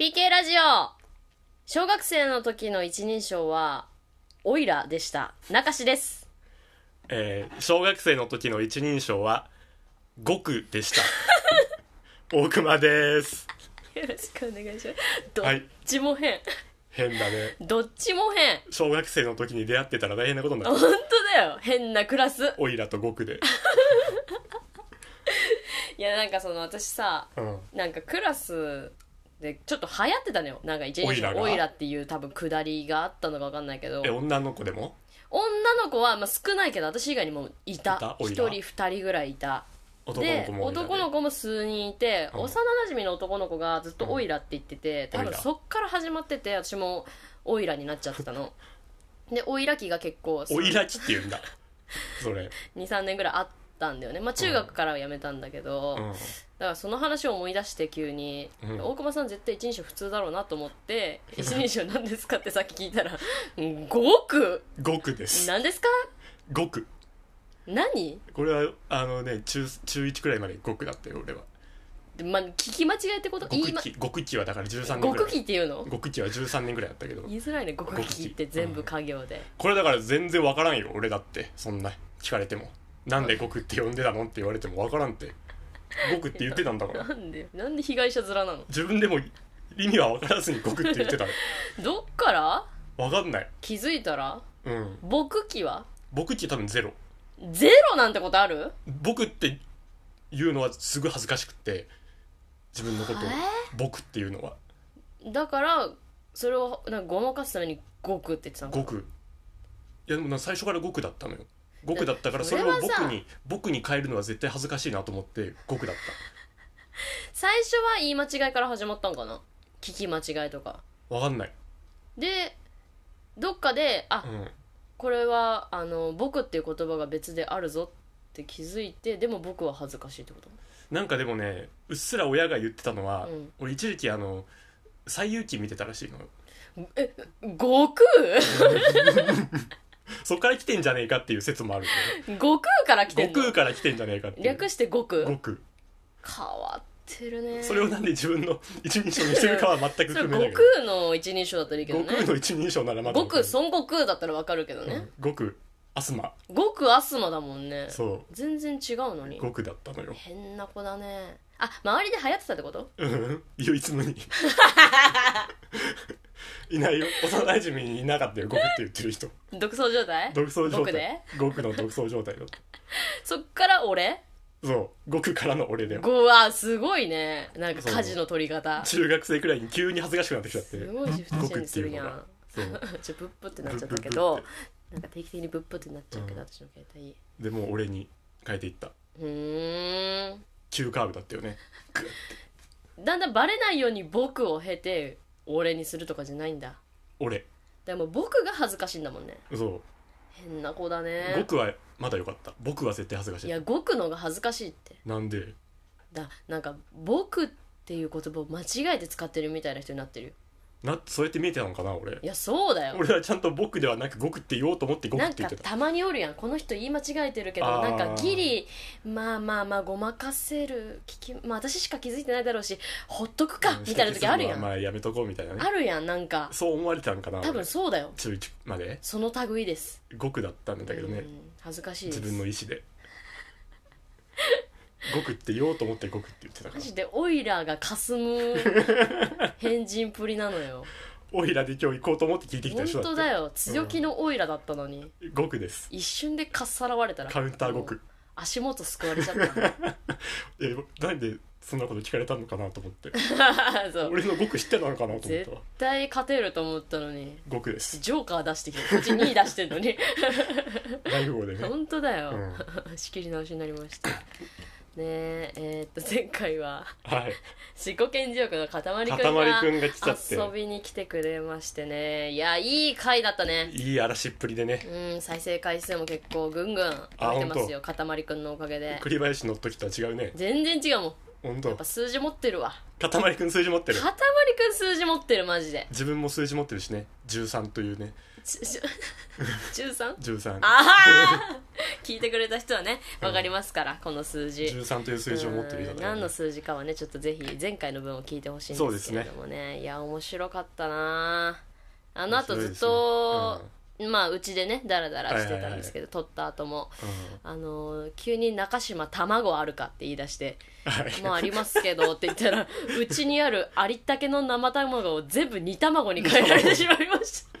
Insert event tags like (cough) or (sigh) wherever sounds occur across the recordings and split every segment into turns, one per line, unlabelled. PK ラジオ小学生の時の一人称は、オイラでした。中志です。
えー小学生の時の一人称は「極」でした
(laughs)
大熊です
よろしくお願いします。どっ
はい
ちも変。
変だね
どっちも変。
小学生の時に出会ってたら大変なことにな
本
る
当だよ。変なクラス。
オイラと極で
いや、なんかその私さ、
うん
なんかクラスでちょっと流行ってたのよ。なんか一人
オイラ
称
が
オイラっていう多分下りがあったのかわかんないけど
え。女の子でも
女の子は、まあ、少ないけど私以外にもい
い
た
た
一
オイラ
人二人ぐらいいた
男の
で
子もオイラで
男の子も数人いて、
うん
幼なじみの男の子がずっと「オイラ」って言ってて、多
うんオイ
分
ラ
そっから始まってて私も「オイラ」になっちゃってたので「オイラ期」が結構
オイラキって言うんだそれ、
23年ぐらいあったんだよねまあ中学からはやめたんだけど、
う
だ
ん、
からその話を思い出して急に、
うん
大熊さん絶対一人称普通だろうなと思って「一人称何ですか?」ってさっき聞いたら「うんごく
極です
何ですか
極
何?」
これはあのね中中1くらいまで極だったよ俺は
まあ、聞き間違えってこと言い
極
ま
期極期はだから13年
ご
くら
くき
い
っていうの
極期は13年くらいだったけど
言いづらいねごくきって全部家業で、
これだから全然わからんよ俺だってそんな聞かれてもなんで極って呼んでたのって言われてもわからんって極って言ってたんだか
(laughs)
ら
なんでなんで被害者面なの
自分でも意味は分からずに極って言ってた
どっから
わかんない
気づいたら
うん
僕期は
僕って多分ゼロ
ゼロなんてことある
僕って言うのはすぐ恥ずかしくって自分のことを僕っていうのは
だからそれをなんかごまかすために極って言ってたのか
極いやでもな最初から極だったのよ極だったからそれを
それ
僕
はさ
に僕に変えるのは絶対恥ずかしいなと思って極だっ
最初は言い間違いから始まったんかな聞き間違いとか
たわかんない
でどっかであ、
うん
これはあの僕っていう言葉が別であるぞって気づいてでも僕は恥ずかしいってこと
なんかでもねうっすら親が言ってたのは、
うん
俺一時期あの「西遊記」見てたらしいの
悟
そっから来てんじゃねえかっていう説もある
空悟空から来
け
て
ど
ん
悟
の
空から来てんじゃねえかっていう
略して悟空
悟空
変わってるね
それをなんで自分の一人称にしてるかは全く
それ
含めな
悟
いけ
空
ど
の一人称だったらいいけど
悟
ね
空の一人称ならまだ
悟空孫悟空だったらわかるけど
う
ね
ん悟空アスマ
悟空アスマだもんね
そ
全然違うの
う
に
悟空だったのよ
変な子だねあ周りで流行ってたってこと
うん唯一
(laughs)
無二いないよ幼馴染にいなかったよ悟空って言ってる人
独走状態
独走状
僕で
態悟空の独走状態だった
そっから俺
そう悟空からの俺だよ
ごわすごいねなんか
そう
家事の取り方
中学生くらいに急に恥ずかしくなってきちゃって
すごいシフトチェンジするやん
僕っていうの
(laughs)
が
ちょブッブってなっちゃったけど
ブッ
なんか定期的にブッブってなっちゃうけど、
うん
私の携帯
でもう俺に変えていった
うーん
急カーブだったよねグッ
だんだんバレないように僕を経て俺にするとかじゃないんだ
俺
でも僕が恥ずかしいんだもんね
そう
変な子だね
僕はまだよかった僕は絶対恥ずかし
い
い
や僕のが恥ずかしいって
なんで
だなんか僕っていう言葉を間違えて使ってるみたいな人になってるよ
なそうやって見えてたのかな俺
いやそうだよ
俺はちゃんと僕ではなく僕って言おうと思って僕
なん
って言
か
ってた
たまにおるやんこの人言い間違えてるけど
あ
な
ー
んかギリまあまあまあごまかせる聞き、まあ、私しか気づいてないだろうしほっとくか
うん
みたいな時あるや
ま
ん
あやめとこうみたいなね
あるやんなんか
そう思われてたのかな
多分
俺
そうだよ
中1まで
その類です
僕だったんだけど
う
ね
ん恥ずかしいです
自分の意思で
(laughs)
僕って言おうと思って僕って言ってたか
マ
ら
ジでオイラーがかすむ
(laughs)
変人プリなのよ
オイラで今日行こうと思って聞いてきた
本
人だ
当
って
だよ強気のオイラだったのに、
極です
一瞬でかっさらわれたら
カウンター
も
極
う足元すくわれちゃった
えなんでそんなこと聞かれたのかなと思って
(laughs)
(laughs)
そう
俺の極知ってたのかなと思っ
絶
たわ
対勝てると思ったのに
極です
ジョーカー出してきてこっち2位出してんのに
大富豪でね
本当だ
う
よ、
んは
(laughs) 仕切り直しになりましたねええーっと前回はい自己顕示欲の塊
か
く
た
ん
まり
が
くんが来ちゃって
遊びに来てくれましてねいやいい回だったね
いい嵐っぷりでね
うん再生回数も結構ぐんぐん上げてますよかたまりくんのおかげで
栗林の時とは違うね
全然違うもんや
本当
っぱ数字持ってるわ
かたまりくん数字持って
か
る
たまりくん数字持ってるマジで
自分も数字持ってるしね13というね (laughs)
13?
13
ああ聞いてくれた人はねわかりますから、この数字
13という数字を持ってる人
うん
だから
何
ね
の数字かはねちょっとぜひ前回の分を聞いてほしいんですけれどもねいや面白かったなあのあとずっと、まあうちでねダラダラしてたんですけど、撮った後もあのー急に中島卵あるかって言い出して
はい
「まあありますけど」って言ったらうちにあるありったけの生卵を全部煮卵に変えられてしまいました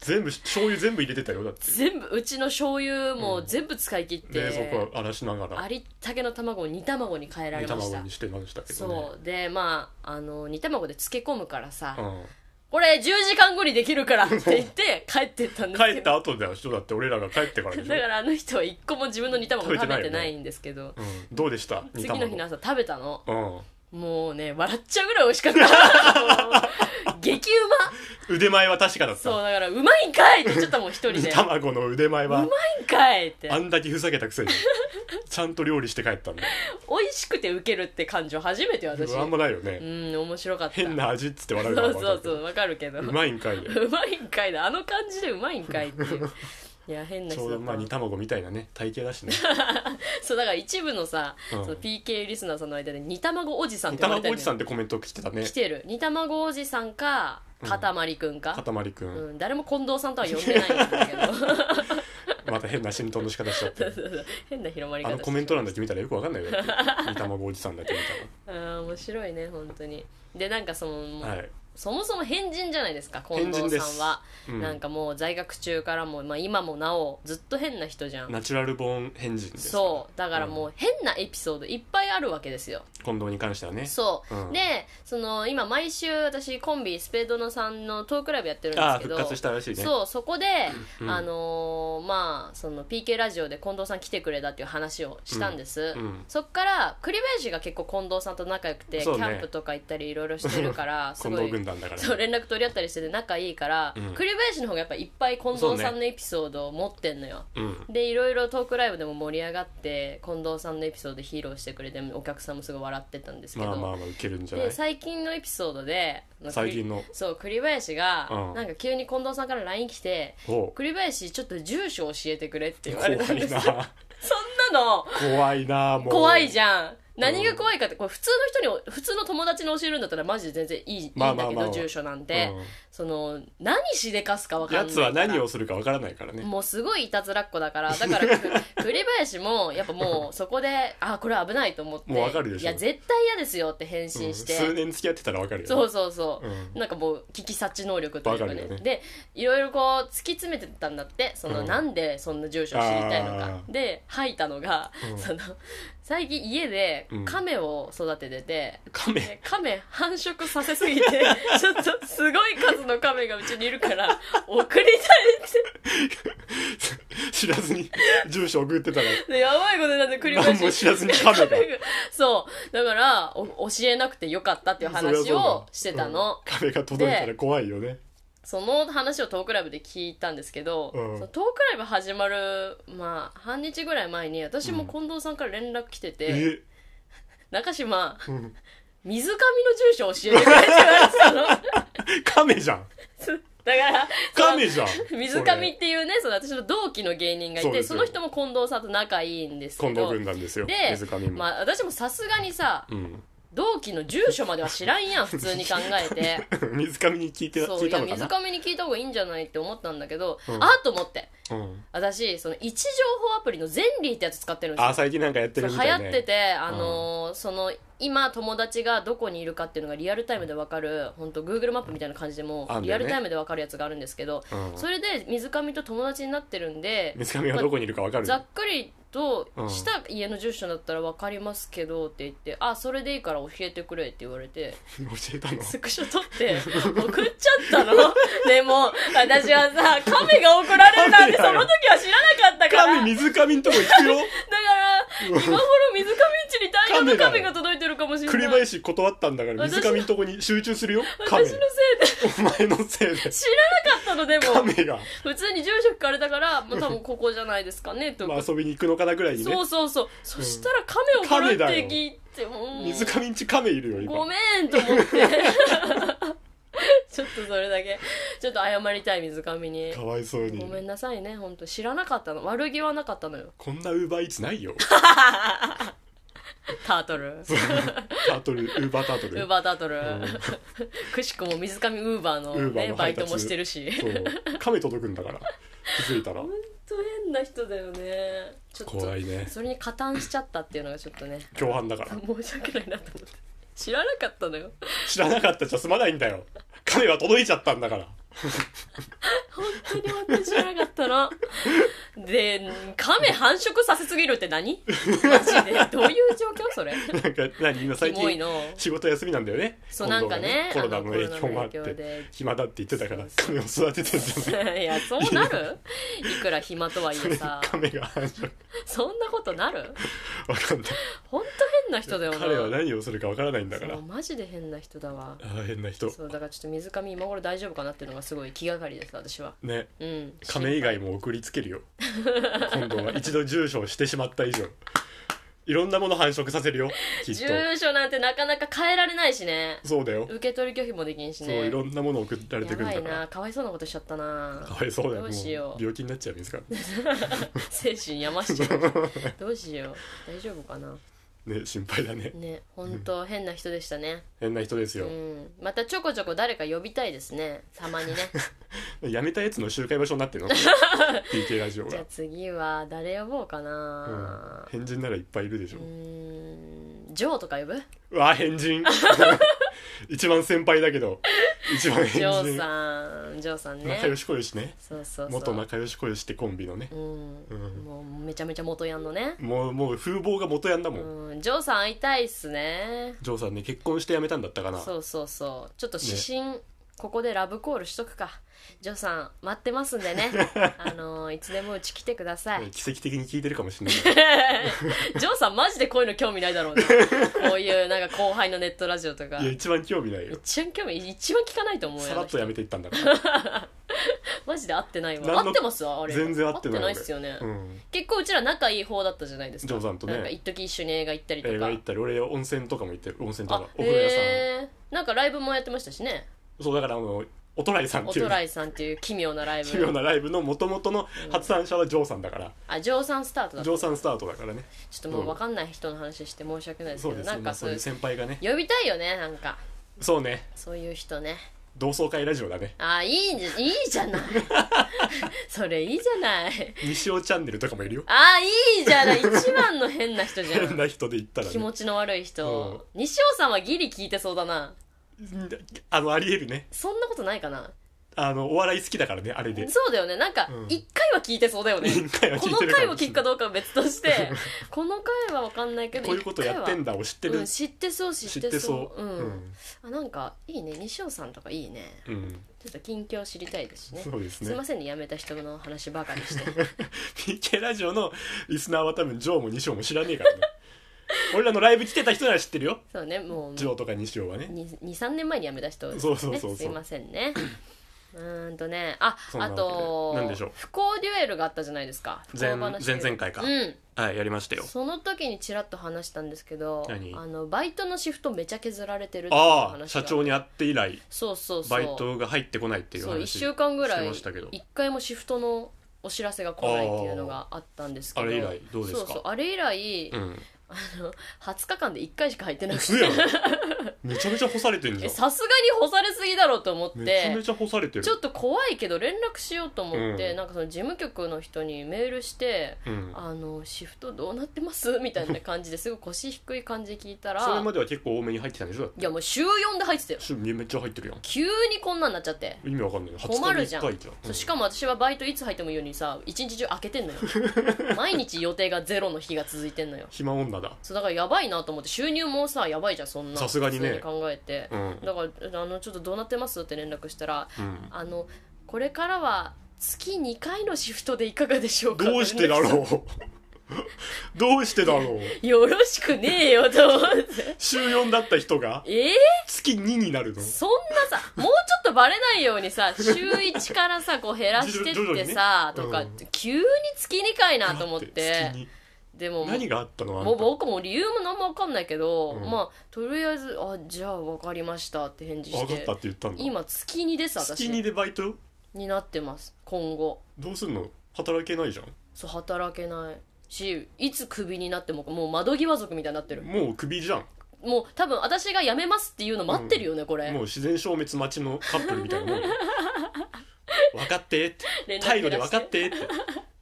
全部醤油全部入れてたよだって
(laughs) 全部うちの醤油も全部使い切って、
冷蔵庫は荒らしなが
あ
ら
りったけの卵を煮卵に変えら
煮
れまし
卵
た
にしてましたけどね
そうでまああの煮卵で漬け込むからさ、
うん
これ10時間後にできるからって言って帰ってったんですけど
帰った後だよ人だって俺らが帰ってからでしょ
(laughs) だからあの人は一個も自分の煮卵
食べて
食
ない
べ
よね
てないんですけど、
うんどうでした煮
次の日の
卵
朝食べたの
うん
もうね笑っちゃうぐらい美味し
(laughs)
かったもう激う
腕前は確か
ま
だっ
そう
た
だからうまいんかいって言っちゃったもん一人で
煮
うま
卵の腕前はい
んかいって
あんだけふざけたくせ
(laughs)
にちゃんと料理して帰ったんだ
美味しくてウケるって感情初めて私
あんまないよ
う
ね
ん面白かった
変な味っつって笑うの
そ
は
う
分
そう
か
そ
る
うわかるけど
けどうまいんかいで
うまいんかいなあの感じでうまいんかいっていういや変な
ちょ
人
う
だ
ど
った
まあ煮卵みたいなね体型だ
(laughs)
しね
そうだから一部のさ、
うん
その PK リスナーさんの間で煮卵おじさんっ
煮
て呼ばれて
卵
る
おじさんってコメント来てたね
来てる煮卵おじさんかかたまりくん
か
か、
たまりく
うん
ん
誰も近藤さんとは呼んでないんだけど
また変な浸透の仕方しちゃ
(laughs)
って (laughs)
変な広まり方
あのコメント欄だ
け
け見たらよくわかんないよだって煮卵おじさんだけ見
あー面白いね本当にでなんかその、 (laughs)
たらはい
そもそも変人じゃないですか近藤さんは、
変人ですうん
なんかもう在学中からも、まあ、今もなおずっと変な人じゃん
ナチュラルボーン変人です
そうだからもう変なエピソードいっぱいあるわけですよ
近藤に関してはね
そう、
うん
でその今毎週私コンビスペードのさんのトークライブやってるんで
あ
す
あ
けど
復活したらしいね
そうそこで、
うん
あのーまあその PK ラジオで近藤さん来てくれたっていう話をしたんです、
うんうん
そっから栗林が結構近藤さんと仲良くて、キ
そうね
ャンプとか行ったりいろいろしてるからす
近
ご
藤
い
軍団だからね
そう連絡取り合ったりしてて仲いいから、
うん
栗林の方がやっぱいっぱい近藤さんのエピソードを持ってんのよ、
うん
でいろいろトークライブでも盛り上がって近藤さんのエピソード披露してくれてお客さんもすごい笑ってたんですけど、
まあまあまあウケるんじゃない
で最近のエピソードで
最近の
そう栗林が、
うん
なんか急に近藤さんから LINE 来て
ほ
「栗林ちょっと住所教えてくれ」って
う
言われたんです (laughs) そん
な
なの
(laughs) 怖いなもう
怖いじゃん何が怖いかってこれ普通の人に普通の友達に教えるんだったらマジで全然いい,、
まあ
いいんだけど、
まあまあ
住所なんて、
うん
その何しでかすか分かん
や
ない
つ
から
は何をするかわからないからね
もうすごいいたずらっ子だからだから
(laughs)
く栗林もやっぱもうそこであこれ危ないと思って
もうわかるでしょ
いや絶対嫌ですよって返
うん
信して、
数年付き合ってたらわかるよ
そうそうそう、
う
なんかもう聞き察知能力というかね
わかるよね
でいろいろこう突き詰めてたんだってその、
うん
なんでそんな住所を知りたいのか
あ
で吐いたのが、
うん
その最近家で
うん
亀を育ててて、
カメ
で亀繁殖させす
(laughs)
ぎてちょっとすごい数の亀がうちにいるから送り
知ら
(laughs)
ずに住所送ってたら
たいでやばいことになって繰り返
何
し
も知らずにカメが
(laughs) そうだからお教えなくてよかったっていう話をしてたの
カメが届いたら怖いよね
その話をトークライブで聞いたんですけど、
うん
そのトークライブ始まる、まあ、半日ぐらい前に私も近藤さんから連絡来てて、
え
中島
うん
水上の住所教えてくれって言われてたの
(laughs)
だか
カメじゃん
ら
カメじゃん
その (laughs) 水上っていうねその私の同期の芸人がい
そう
て
です
そ
よ
の人も近藤さんと仲いいんです
それ
け
近藤
ど
軍団ですよ
で
水上も、
まあ、私もさすがにさ
うん (laughs)
同期の住所までは知らんやん普通に考えて。
水上に聞いて (laughs)
そう
聞いたの
い
か
や水
な
上に聞いた方がいいんじゃないって思ったんだけど、
うん
ああと思って
うん
私その位置情報アプリのゼンリーってやつ使ってるんですよ
あ最近なんかやってるみ
そう
た
流
い
行
ね
ってて、あのーその今友達がどこにいるかっていうのがリアルタイムで分かる本当 Google マップみたいな感じでもう
あんだよね
リアルタイムで分かるやつがあるんですけど、
うん
それで水上と友達になってるんで、
水上がどこにいるかわかる
ざっくりとした家の住所だったら分かりますけどって言って「あそれでいいから教えてくれ」って言われて。
(laughs) 教えたの
スクショ撮って送っちゃったの (laughs) でも私はさ亀が送られるなんてその時は知らなかったからだか
亀水上んとこ行くよ
ら今頃水上地に大量の亀が届いてるかもしれ
栗
ない
林断ったんだから水上んとこに集中するよ亀
私のせいで
お前のせいで
知らなかったのでも
亀が、
普通に住所聞かれたから、まあ、多分ここじゃないですかねと
まあ、遊びに行くのかなぐらいにね
そうそうそうそしたら亀を送るって聞いてもう
水上んち亀いるよ今
ごめんと思ってちょっとそれだけちょっと謝りたい水上に
かわいそうに
ごめんなさいね本当知らなかったの悪気はなかったのよ
こんなウーバーイーツないよ
(laughs) タートル
タートルウーバータート
ウ
ル
ーバータートル、
ん
くしくも水上ウーバーの,、
ウーバー
ね、
の
バ
配
イ
達
トもしてるし
そう亀届くんだから気づいたら
本当変な人だよねちょっと
怖いね
それに加担しちゃったっていうのがちょっとね
共犯だから
申し訳ないなと思って知らなかったのよ
知らなかったじゃ済まないんだよ亀は届いちゃったんだから
本当に本当に知らなかったの (laughs) で亀繁殖させすぎるって何マジでどういう状況それ
なんか何みんな
キ
最
モい
近
の
仕事休みなんだよね
そう
今
なん
度
か
が
ね
コロナの影
あのコロ
響もあっ
ナの影響で
て暇だって言ってたから
そう
亀を育ててんじゃない
(laughs) いやそうなるいくら暇とはい
そ
え
れ
さ
亀が繁殖
そんなことなる
わかんない
本当変な人だよな
彼は何をするかわからないんだから
そうマジで変な人だわ
あー変な人
そうだからちょっと水上今頃大丈夫かなっていうのがすごい気がかりです私は
ね
うん
亀以外も送りつけるよ今度は一度住所をしてしまった以上いろんなもの繁殖させるよきっと
住所なんてなかなか変えられないしね
そうだよ、
受け取り拒否もできんし
そう
ね
いろんなもの送られて
や
くるん
ば
だ
い
から
なかわいそうなことしちゃった
か
な
わいそうだよ
ど
も
うしよう
う病気になっちゃうですか
精神やましち
(laughs)
ゃうどうしよう大丈夫かな
らね心配だね
ね本当変な人でしたね
変な人です
う
よ、
んまたちょこちょこ誰か呼びたいですねたまに
(laughs)
ね
やめたやつの集会場所になってる
(laughs)
の TK ラジオ
じゃ
が
あ、次は誰呼ぼうか
うん
な、
変人ならいっぱいいるでしょ
う、ーんジョーとか呼ぶ
うわ
(laughs)
変人一番先輩だけど一番
ジ
変
ョー
人
さんジョーさんね
仲良しこよしね
そうそうそう
元仲良しこよしってコンビのね
う、ん、
うん
もうめちゃめちゃ元ヤンのね、
もうもう風貌が元ヤンだもん、
うん、ジョーさん会いたいっすね
ジョーさんね結婚して辞めたんだったかな
そうそうそうちょっと指針、ここでラブコールしとくかジョーさん待ってますんで
(laughs)
ねあのーいつでもうち来てください
ね奇跡的に聞いてるかもしれない
(laughs) ジョーさんマジでこういうの興味ないだろうなこういうなんか後輩のネットラジオとか
いや一番興味ないよ
一番興味一番聞かないと思うよ
さらっと
あ
辞
の
め
人
ていったんだから
マジで合ってないわ
何
合
の
ってますわあれ
全然合ってない
っすよね、
うん
結構うちら仲いい方だったじゃないですか
ジョーさんとね
なんか一時一緒に映画行ったりとか
映画行ったり俺温泉とかも行ってる温泉と
あ
かお風呂屋さん、
へーなんかライブもやってましたしね
そうだからあのおとらいさんっ
お
てい
と
う
らいさんっていう奇妙なライブ
(laughs) 奇妙なライブの元々の発案者はジョーさんだから、
あジョーさんスタートだ
ジョーさんスタートだからね
ちょっともう分かんない人の話して申し訳ないですけ
そう
ど、
です
な
ね
ん
ま
か
あ
そ
そう
い
ういうう先輩がね
呼びたいよねなんか
そうね
そういう人ね
同窓会ラジオだね
あいいん
(laughs)
じゃいいじゃない (laughs) それいいじゃない
西尾チャンネルとかもいるよ
あいいじゃない一番の変な人じゃ
変
ん
な人で言ったら、
気持
ね、
ちの悪い人、西尾さんはギリ聞いてそうだな
あのありえるね
そんなことないかな
あのお笑い好きだからねあれで
そうだよねなんか
うん
一回は聞いてそうだよね、
一回は
こ
(laughs) 聞
の
いてる
回
も
を
しれ
聞く
な
か
い
どうかは別として
(laughs)
この回は分かんないけど
こういうことやってんだを知って
一回は
る
うん、知ってそう
知
知
っ
って
て
そ
そうう
うんあなんかいいね西尾さんとかいいね
うん、うん
ちょっと近況知りたいですしね
そうです
すい
ね
ませんね辞めた人の話ばかり
(laughs)
して
PK ラジオのリスナーは多分ジョーも西尾も知らねえからね俺らのライブ来てた人なら知ってるよ
そうねもう
ジョーとか西尾はね
23年前に辞めた人ですね
そうそうそうそう
すいませんねうーんとねあ
そんな
あ
わけで
と
何でしょう
不幸デュエルがあったじゃないですか不幸
前
話デュエル
前々回か
うん
はいやりましたよ
その時にちらっと話したんですけど
何
あのバイトのシフトめちゃ削られてるっていう
あ
話
あ
が
社長に会って以来
そうそうそう
バイトが入ってこないっていう
そう1
話
週間ぐら
して
い
ましたけど
1回もシフトのお知らせが来ないっていうのがあったんですけど
あれ以来どうですか
そうそうあれ以来、
うん
20日間で1回しか入ってなく
嘘や
て
んめちゃめちゃ干されてんじ
(laughs) え
ゃん
さすがに干されすぎだろうと思っ
めちゃめ
て
ちゃ干されてる
ちょっと怖いけど連絡しようと思って、
うん
なんかその事務局の人にメールして
うん
「あのシフトどうなってます?」 (laughs) みたいな感じですごい腰低い感じで聞いたら
それまでは結構多めに入ってたんでしょだって
いやもう週4で入ってたよ
週めっちゃ入ってるやん
急にこんなんなっちゃって、
意味わかんないな20
困るじゃん
日に一回じゃん
そうしかも私はバイトいつ入ってもいいようにさ一日中開けてん
(laughs)
のよ毎日予定がゼロの日が続いてんのよ
暇女だ
そうだからやばいなと思って収入もさやばいじゃんそんな
さすがにね
普通考えて、
うん
だからあのちょっとどうなってますって連絡したら
うん
あのこれからは月2回のシフトでいかがでしょうか
どうしてだろうどうしてだろう
(laughs) よろしくねえよと思って
週4だった人が
えー、
月2になるの
そんなさもうちょっとバレないようにさ週1からさこう減らして
徐
っ
々
て
にね
さ、とか、
うん
急に月2回なと思って
だって月
でも
何があったのあんた
もう僕も理由も何も分かんないけど、
うん
まあとりあえず「あじゃあ分かりました」って返事し
分かってたって言ったんだ
今月2です
月
私
にでバイト
になってます今後
どうすんの働けないじゃん
そう働けないしいつクビになってももう窓際族みたいになってる
もうクビじゃん
もう多分私が辞めますっていうの待ってるよね、これ
もう自然消滅待ちのカップルみたいなもんよ分かってって
連絡
態度で
出
分
して
かってって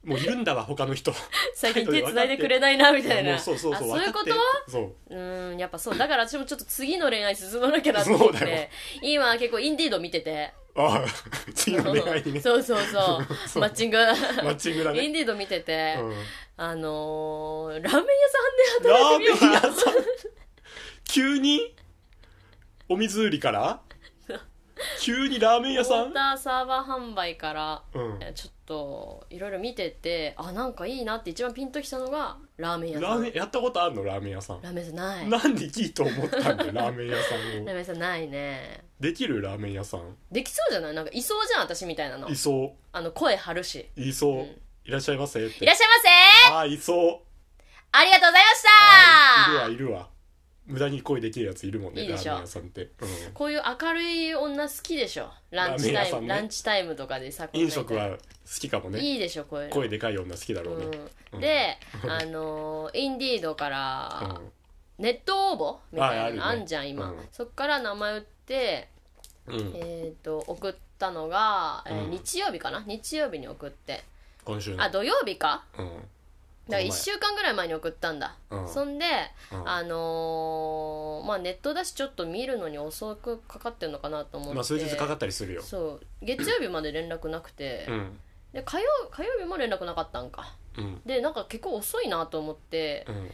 もういるんだわ他の人
最近手繋いでくれないなみたい
も
な
うそうそうそう
あそういうこと
分かってってそう
うーんやっぱそうだから私もちょっと次の恋愛進まなきゃなと思っ
(laughs) そうだよ
て今結構インディード見てて
ああ次の恋愛にね
そうそうそう
そう
マッチング
マッチングだ
インデ
ね
ィード見てて、
うん
あのー、ラーメン屋
ラ
さ
ー
ん
メ
で働いてみよ
ン屋
うかな
さん急にお水売りから急にラーメン屋さ
ウォー
ん
ターサーバー販売から
うん
えちょっといろいろ見ててあなんかいいなって一番ピンときたのがラーメン屋さ
ラー
ん
メンやったことあるのラーメン屋さん
ラーメン屋さんないラ
なんでいいと思ったんだよラーメン屋さ
ー
ん
メ
を
ン屋さんないね
できるラーメン屋さん
できそうじゃないなんかいそうじゃん私みたいなの
いそ
あの声張るし
ういそう、
うん
いらっしゃいませって
いらっしゃいませ
ああいそう
ありがとうございました
あーいるわいるわ無駄に声できるやついるもんね
いいで
ラ
し
ー
ょ
メン屋さんって、うん
こういう明るい女好きでしょランチタイム、
ラーメン屋さんね
ランチタイムとかでさ
飲食は好きかもね
いいでしょこういうの
声でかい女好きだろうね、
う、
うんん
であのーインディードからネット応募みたいなの
あ
あ
あるね
んじゃん今、
うん
そっから名前打って、
うん、うん
えー、と送ったのが、えー
うん
日曜日かな日曜日に送って
今週の
あ土曜日か
うん
だから
この前
1週間ぐらい前に送ったんだ、
うん
そんで、
うん
あのーまあネットだしちょっと見るのに遅くかかってるのかなと思って、
まあ数日かかったりするよ
そう月曜日まで連絡なくて、
うん
で火曜火曜日も連絡なかったんか
うん
でなんか結構遅いなと思って、
うん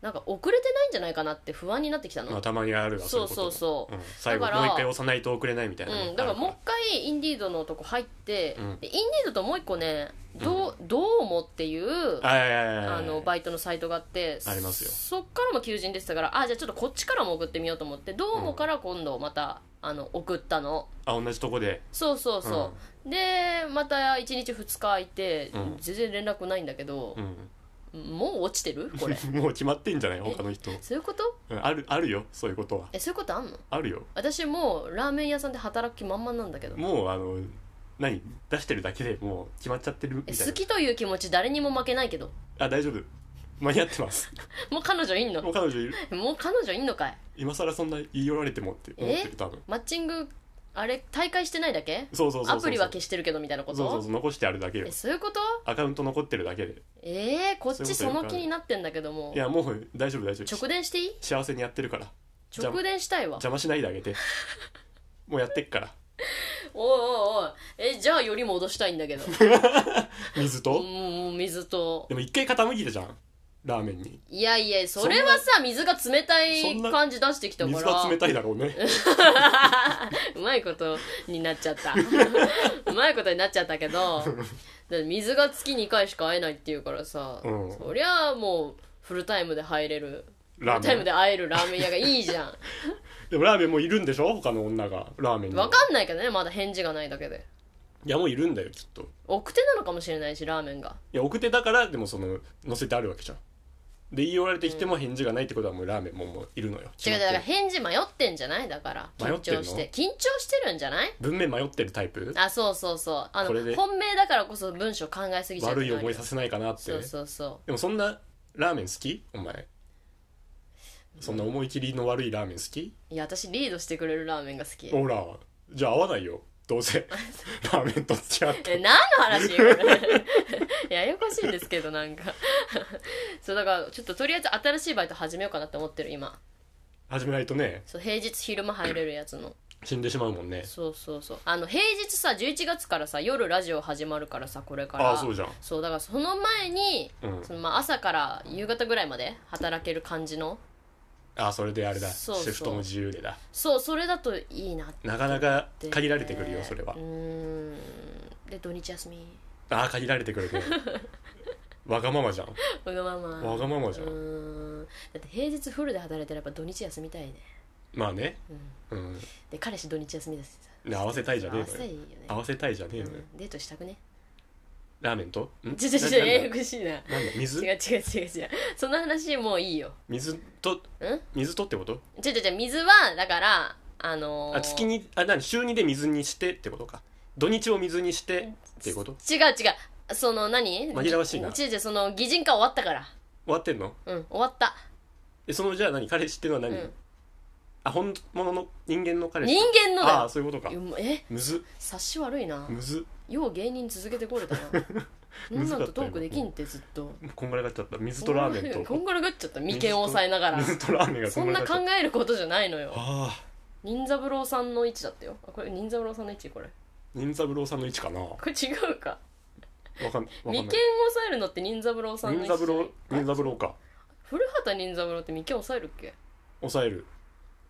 なんか遅れてないんじゃないかなって不安になってきたの、
まあたまにあるわ
そう
いこと
そうそう
うん、最後
だから
もう一回押さないと送れないみたいなね、
うん、だからもう
あ
一回インディードのとこ入って、
うん
でインディードともう一個ねどう,、どうもっていう
るからあいやいやいやいや
あのバイトのサイトがあって
ありますよ
そっからも求人でしたからあじゃあちょっとこっちからも送ってみようと思ってどうもから今度また、あの送ったの
あ同じとこで
そうそうそう、でまた1日2日空いて、
うん
全然連絡ないんだけど
う、ん
もう落ちてるこ
(laughs)
れ
もう決まってんじゃない他の人
そういうこと
うんあるあるよそういうことは
えそういうことあんの
あるよ
私もうラーメン屋さんで働く気満々なんだけど
もうあの何出してるだけでもう決まっちゃってるみ
え
たい
好
な
きという気持ち誰にも負けないけど
あ大丈夫間に合ってます (laughs)
もう彼女いんの
もう彼女いる
もう彼女いんのかい
今更そんな言い寄られてもって思ってる
え
多分
マッチングあれ大会してないだけ
そうそうそうそう
アプリは消してるけどみたいなこと
そうそうそう残してあるだけよ
えそういうこと
アカウント残ってるだけで
えー、こっ
そうい
ち
うこと
そ
よく
の
ある
気になってんだけども
いやもう大丈夫大丈夫
直電していい
幸せにやってるから邪魔
直電したいわ
邪魔しないであげ
(laughs)
てもうやってっから
おいおいおいえじゃあより戻したいんだ
(laughs)
けど
水と
もう水と
でも一回傾いたじゃんラーメンに
いやいやそれはさ水が冷た
そ
い
んな
感じ出してきたから
水は冷たいだろうね
うまいことになっちゃった
(laughs)
うまいことになっちゃったけどだって水が月2回しか会えないっていうからさ、
うん
そりゃあもうフルタイムで入れるフ
ラ
ルタイ
ーメ
ム
ン
で会えるラーメン屋がいいじゃん
でもラーメンもういるんでしょ他の女がラーメンに
わかんないけどねまだ返事がないだけで
いやもういるんだよきっとい
奥手なのかもしれないしラーメンが
や奥手だからでもその載せてあるわけじゃんで言い寄られてきても返事がないってことはもうラーメンももういるのよ決
違う
ま
違
っ
うだ
てる
から返事迷ってんじゃないだから緊張し
迷
て緊張してるんじゃない
文面迷ってるタイプ
あそうそうそうあの
これで
本命だからこそ文章考えすぎちゃう
悪い思い
さ
させないかなって
そうそうそ
でもそんなラーメン好きお前そんな思い切りの悪いラーメン好き
ういや私リードしてくれるラーメンが好き
ほらじゃあ合わないよど
(laughs)
うせラーメンと付き合って
え何の話 (laughs) これややこしいんですけどなんか (laughs) そうだからちょっととりあえず新しいバイト始めようかなって思ってる今
始めないとね
そう平日昼間入れるやつの
死んでしまうもんね
そうそうそうあの平日さ11月からさ夜ラジオ始まるからさこれから
ああそうじゃん
そうだからその前に、
うん
そのまあ朝から夕方ぐらいまで働ける感じの
ああそれであれだ
そうそう
シフトも自由でだ
そうそれだといいなっ
なかなか
て
限られてくるよそれは
うーんで土日休み
ああ限られてくるね
(laughs)
わがままじゃん
わがまま
わがままじゃ
うー
ん
んだって平日フルで働いたらやっぱ土日休みたいね
まあね
うん
うん
で彼氏土日休みです
で合わせたいじゃね
合
え
わせ
の
たい
よ
よね
合わせたいじゃねえ
う
のよ
んデートしたくね
ラーメンとん
ちょちょちょ
な
や
な
や
んだ
こしいな
なんだ水
違う違う違う違うその話もういいよ
水と
ん
水とってこと
ちょちょちょ水はだからあのー
あ月にあ何週2で水にしてってことか土日を水にしてっていうこと
違う違うその何
紛らわしいな
違う違うその擬人化終わったから
終わってんの
うん終わった
えそのじゃあ何彼氏っていうのは何、
うん
あ本物の人間の彼氏
人間のだ
ああ
よ
そういうことか
うまえ
むず
察し悪いな
むず
よう芸人続けてこれたな
(laughs)
こんなんとトークできんってずっと
こんがらがっちゃった水とラーメン
(laughs) ことんがらがっちゃった眉間を押さえながら
(laughs) 水とラーメンがこ
そ
ん
ん
がら
な
がっち
考
ゃった
えることじゃないのよ
ああ
忍三郎さんの位置だったよあこれ忍三郎さんの位置これ
忍三郎さんの位置かなわ
これ違うか
かんわかん
眉間を押
ない
さえるのって忍三郎さんの
忍
位置
三郎忍三郎か
古畑任三郎って眉間押さえるっけ
抑える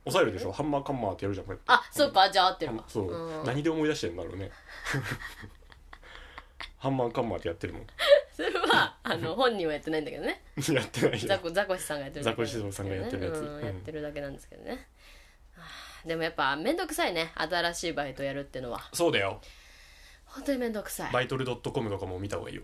抑えるでしょハンマーカンマーってやるじゃんこうやって
あそうかじゃあ合ってるわ
そう、
うん
何で思い出してんだろうね (laughs) ハンマーカンマーってやってるもん
それはあの本人はやってないんだけどね
(laughs) やってない
ザ
よ
コザコシさんがやってるだけなんですけどね
ザコシさんがやってるやつ
うん
うん
やってるだけなんですけどね、はあでもやっぱ面倒くさいね新しいバイトやるってのは
そうだよ
本当に面倒くさい
バイトル .com とかも見た方がいいよ、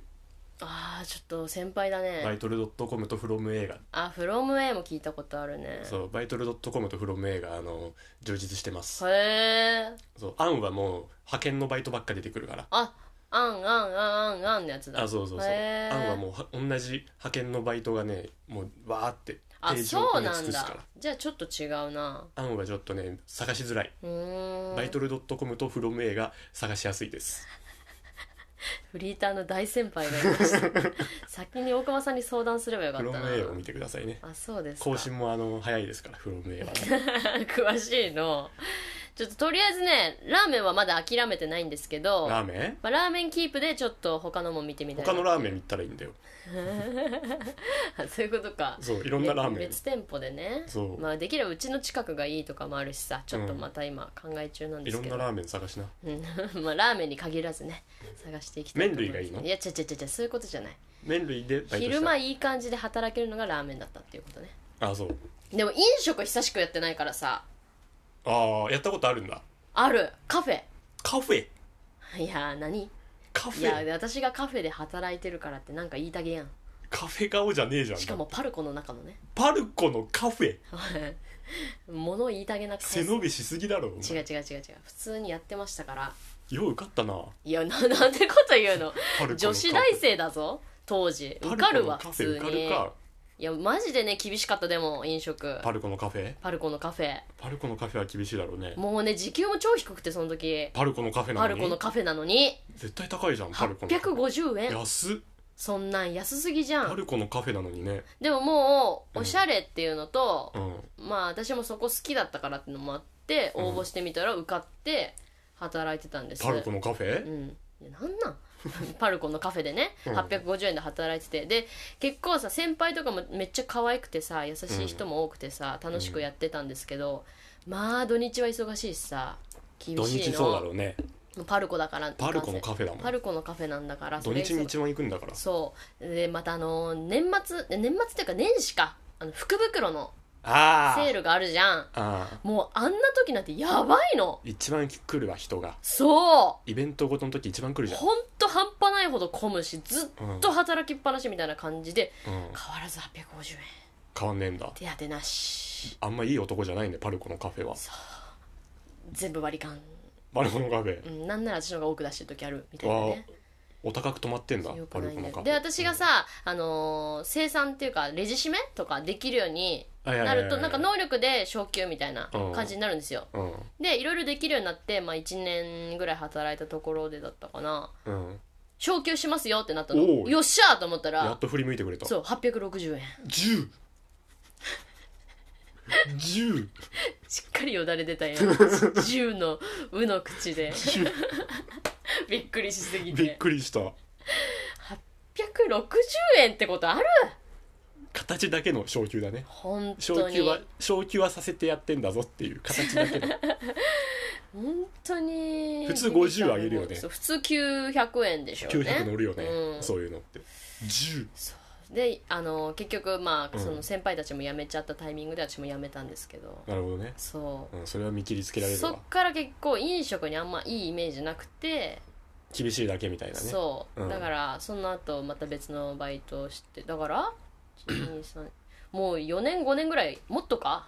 あーちょっと先輩だ
バイ
ね
トル .com とフロム映画
あフロム A も聞いたことあるね
そうバイトル .com とフロム映画あの充実してます
へえ
そうアンはもう派遣のバイトばっか出てくるから
ああんあんあんあんあんのやつだ
あそうそうそう
へー
アンはもうは同じ派遣のバイトがねもうわーって
あそうな
埋め
ん
尽くす
だじゃあちょっと違うな
アンはちょっとね探しづらいう
ーん
バイトル .com とフロム映画探しやすいです
フリーターの大先輩がいました
(laughs)
先に大熊さんに相談すればよかっ
フロム
たな
映画を見てくださいね
あそうですか
更新もあの早いですからフロム映画
詳しいのちょっととりあえずねラーメンはまだ諦めてないんですけど
ラーメン
まあ、ラーメンキープでちょっと他のも見てみたいな
他のラーメン行ったらいいんだよ
そういうことか
そういろんなラーメ
べ
ン
別店舗でね
そう
まあ、できればうちの近くがいいとかもあるしさちょっとまた今考え中なん
い
で
ろ
す
ん
け
な
ど、
ラーメン探しな
うん (laughs) まあ、ラーメンに限らずね探していきたいと思います
麺類がいいの
いや違う違う違うそういうことじゃない
麺類でバイトした
昼間いい感じで働けるのがラーメンだったっていうことね
あそう
でも飲食久しくやってないからさ
ああやったことあるんだ
あるカフェ
カフェ
いやー何
カフ
いや
ェ
私がカフェで働いてるからってなんか言いたげやん
カフェ顔じゃねえじゃん
しかもパルコの中のね
パルコのカフェ
物言いたげな顔す
背伸びしすぎだろお
違う
前
違う違う違う普通にやってましたから
よう受かったない
やななんてこと言うの
パルコのカフェ
女子大生だぞ当時受かるわ
パ
普
ルコ
通
のカフェ
に
受かるか
いやマジでね厳しかったでも飲食
パルコのカフェ
パルコのカフェ
パルコのカフェは厳しいだろうね
もうね時給も超低くてその時
パルコのカフェな
パ
の
ルコの
に
カフェなのに
絶対高いじゃんパルコのカフ
850
ェ
円
安っ
そんなん安すぎじゃ
パ
ん
ルコのカフェなのにね
でももうおしゃれっていうのと、
うん
まあ私もそこ好きだったからってのもあって応募してみたら受かって働いてたんです
パルコのカフ
う
ェ
んいやなんなん (laughs) パルコのカフェでね
うん
850円で働いててで結構さ先輩とかもめっちゃ可愛くてさ優しい人も多くてさ楽しくやってたんですけど、まあ土日は忙しいしさ厳
土
しい
日
の
そうだろうね
パルコだから
パルコの
フ
カフェだも
パ
ん
ルコのカフェなんだから
土
それ
日に一番行くんだから
そうでまたあの年末え年末っていうか年始かあの福袋の
あ
セー
ー
ルがあるじゃん
ああ
もうあんな時なんてやばいの
一番来るわ人が
そう
イベントごとの時一番来るじゃん
ほんと半端ないほど混むしずっと働きっぱなしみたいな感じで、
うん
変わらず850円
変わんねえんだ
手当てなし
あんまいい男じゃないねパルコのカフェは
全部割り勘、
パルコのカフェ
うん、なんなら私の方が多く出してる時あるみたいな
わあ
ね
お高く泊まってんだ
よく
パ
な
ル
い
コの
ね
カフェ
で私がさ、あのー生産っていうかレジ締めとかできるようになるとなんか能力で昇給みたいな感じになるんですよ
うん
でいろいろできるようになって、まあ、1年ぐらい働いたところでだったかな
うん
昇給しますよってなった
お
の
う
よっしゃーと思った
やっ
ら
と振り向いてくれた
そう860円 (laughs)
10 10
しっかりよだれ出た
(laughs)
よ銃の「う」の口で (laughs) びっくりしすぎ
びってくりした
860円ってことある
形だけの昇給だね
本当
昇給
に
は昇給はさせてやってんだぞっていう形だけ
(laughs)
の
本当に
普通50あげるよね
そう普通900円でしょうね
900乗るよね、
うん
そういうのって10
であの結局まあ
うん
その先輩たちも辞めちゃったタイミングで私も辞めたんですけど
なるほどね、
そう
うん、それは見切りつけられる
そっ
わ
から結構飲食にあんまいいイメージなくて
厳しいだけみたいなね
そう、
うん
だからその後また別のバイトをしてだから123もう4年5年ぐらいもっとか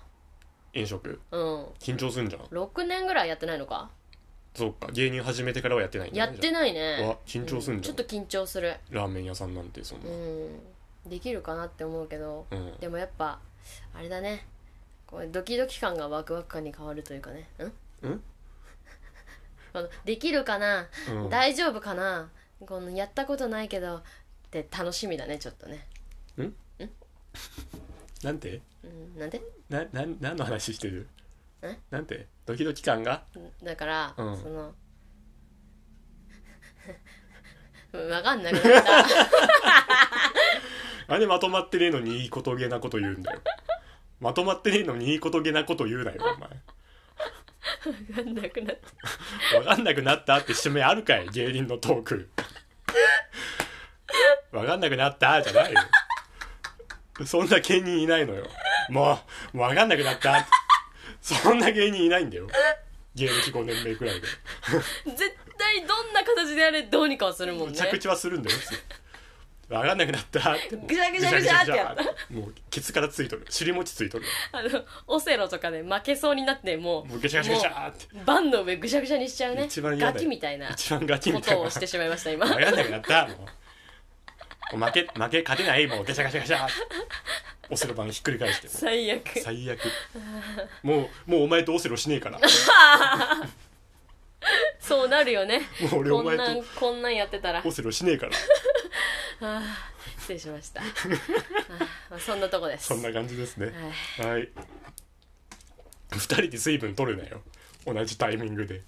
飲食
うん
緊張すんじゃん
6年ぐらいやってないのか
そうか芸人始めてからはやってないんだ
や
ね
ってない
じゃあうわ
ね
緊張す
うんんち
じ
ょっ
ゃん、
と緊張する
ラーメン屋さんなんてそんな
うんできるかなって思うけど
うん、
でもやっぱあれだねこうドキドキ感がワクワク感に変わるというかねうん
ん
(laughs) このできるかな、
うん
大丈夫かなこのやったことないけどって楽しみだねちょっとね
なんて
うんなんで
なな何の話してる
え
なんてドキドキ感が
だから、
うん
その (laughs) わかんなくなった
あれまとまってねえのにいいことげなこと言うんだよまとまってねえのにいいことげなこと言うなよお
わかんなくなった
前わかんなくなったって締めあるかい芸人のトークわかんなくなったじゃないよそんな芸人いないのよもうもうわかんなくなったそんな芸人いないんだよ芸歴5年目くらいで
絶対どんな形であれどうにかはするもんね
着地はするんだよわかんなくなったってもう
ぐちゃぐちゃぐちゃってやった
ぐちゃぐちゃぐちゃってもうケツからついとる尻餅ついとる
あのオセロとかで負けそうになっても
も
う
うぐちゃぐちゃぐちゃって
バンの上ぐしゃぐしゃにしちゃうね
一番嫌だ
ガ
よ
キみたいなこ
一番ガキみたい
と
な
をしてしまいました
(laughs)
今
わかんなくなったもうもう負け負け勝てないもうガチャガチャガチャオセロ版ひっくり返しても
最悪
う最悪もうもうお前とオセロしねえからも
そうなるよね
う俺
こ
お
ん
前と
なんこんなんやってたら
オセロしねえから
失礼しましたあーまあそんなとこです
そんな感じですね
はい
はい二人で水分取るなよ同じタイミングで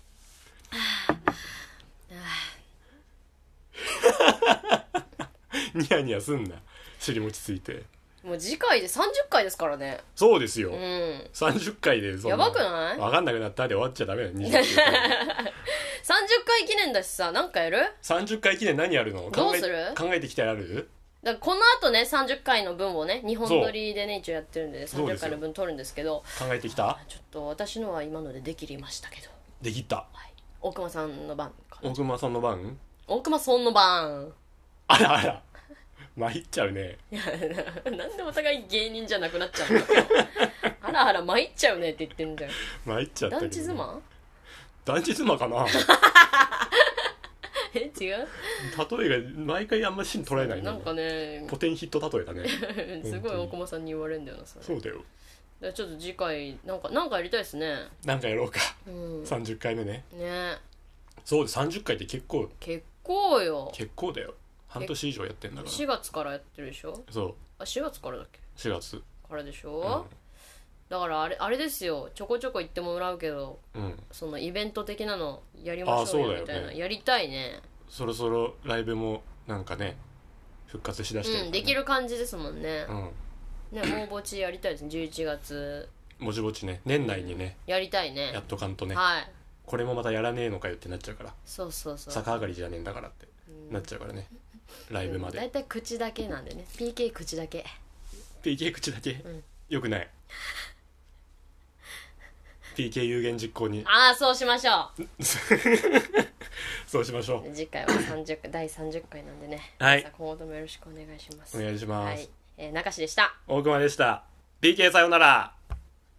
ニヤニヤすんな尻餅ついて
もう次回で30回ですからね
そうですよ、
うん
30回でそん
やばくない
分かんなくなったで終わっちゃダメだよ29回
30回記念だしさ何かやる
30回記念何やるの考え
どうする
考えてきたらある
だからこの後ね30回の分をね2本撮りでね一応やってるんでね
そうで
30
すよ
回の分撮るんですけど
考えてきた
ちょっと私のは今のでできりましたけど、
できた
はい、大熊さんの番かな
大熊さんの番
大熊さんの番
あらあら参っちゃうね
なんで (laughs) お互い芸人じゃなくなっちゃうのよあらあら参っちゃうねって言ってんじゃん
参っちゃった
団地
妻
妻
団地妻かな
(laughs) え違う
例えが毎回あんま芯捉えない
なんか
(laughs)
ね
ポテンヒット例え
(laughs)
だね
すごい大熊さんに言われるんだよなそれ
そうだよ
だからちょっと次回なんかなんかやりたいですね
なんかやろうか
うんね
30回目ねそうです30回って結構
結構よ
結構だよ半年以上やってんだか
4月からやってるでしょ
らそう
あ4月からだっけ
4月
からでしょ、だからあれあれですよちょこちょこ行ってもらうけど
うん
そのイベント的なのやりましょうよみたい
あそう
な、
だよね
やりたいね
そろそろライブもなんかね復活しだして
うんでき
る
る感じですもんね
か、らね
ねもうぼちやりたいですね11月
うんぼちぼちね年内にね
やりたい
や
ね
っとかんとね
はい
これもまたやらねえのかよってなっちゃうから
そうそうそう
逆上がりじゃねえんだからってなっちゃうからねライブま
だ
で
いたい口だけなんでね PK 口だけ
PK 口だけ
ん
よくない (laughs) PK 有言実行に
ああそうしましょ
そうしましょ
う次回は30回第30回なんでね
はい
皆さん今後ともよろしくお願いします
うお願いしま
は
す
い、えー、中志でした
大熊でした PK さようなら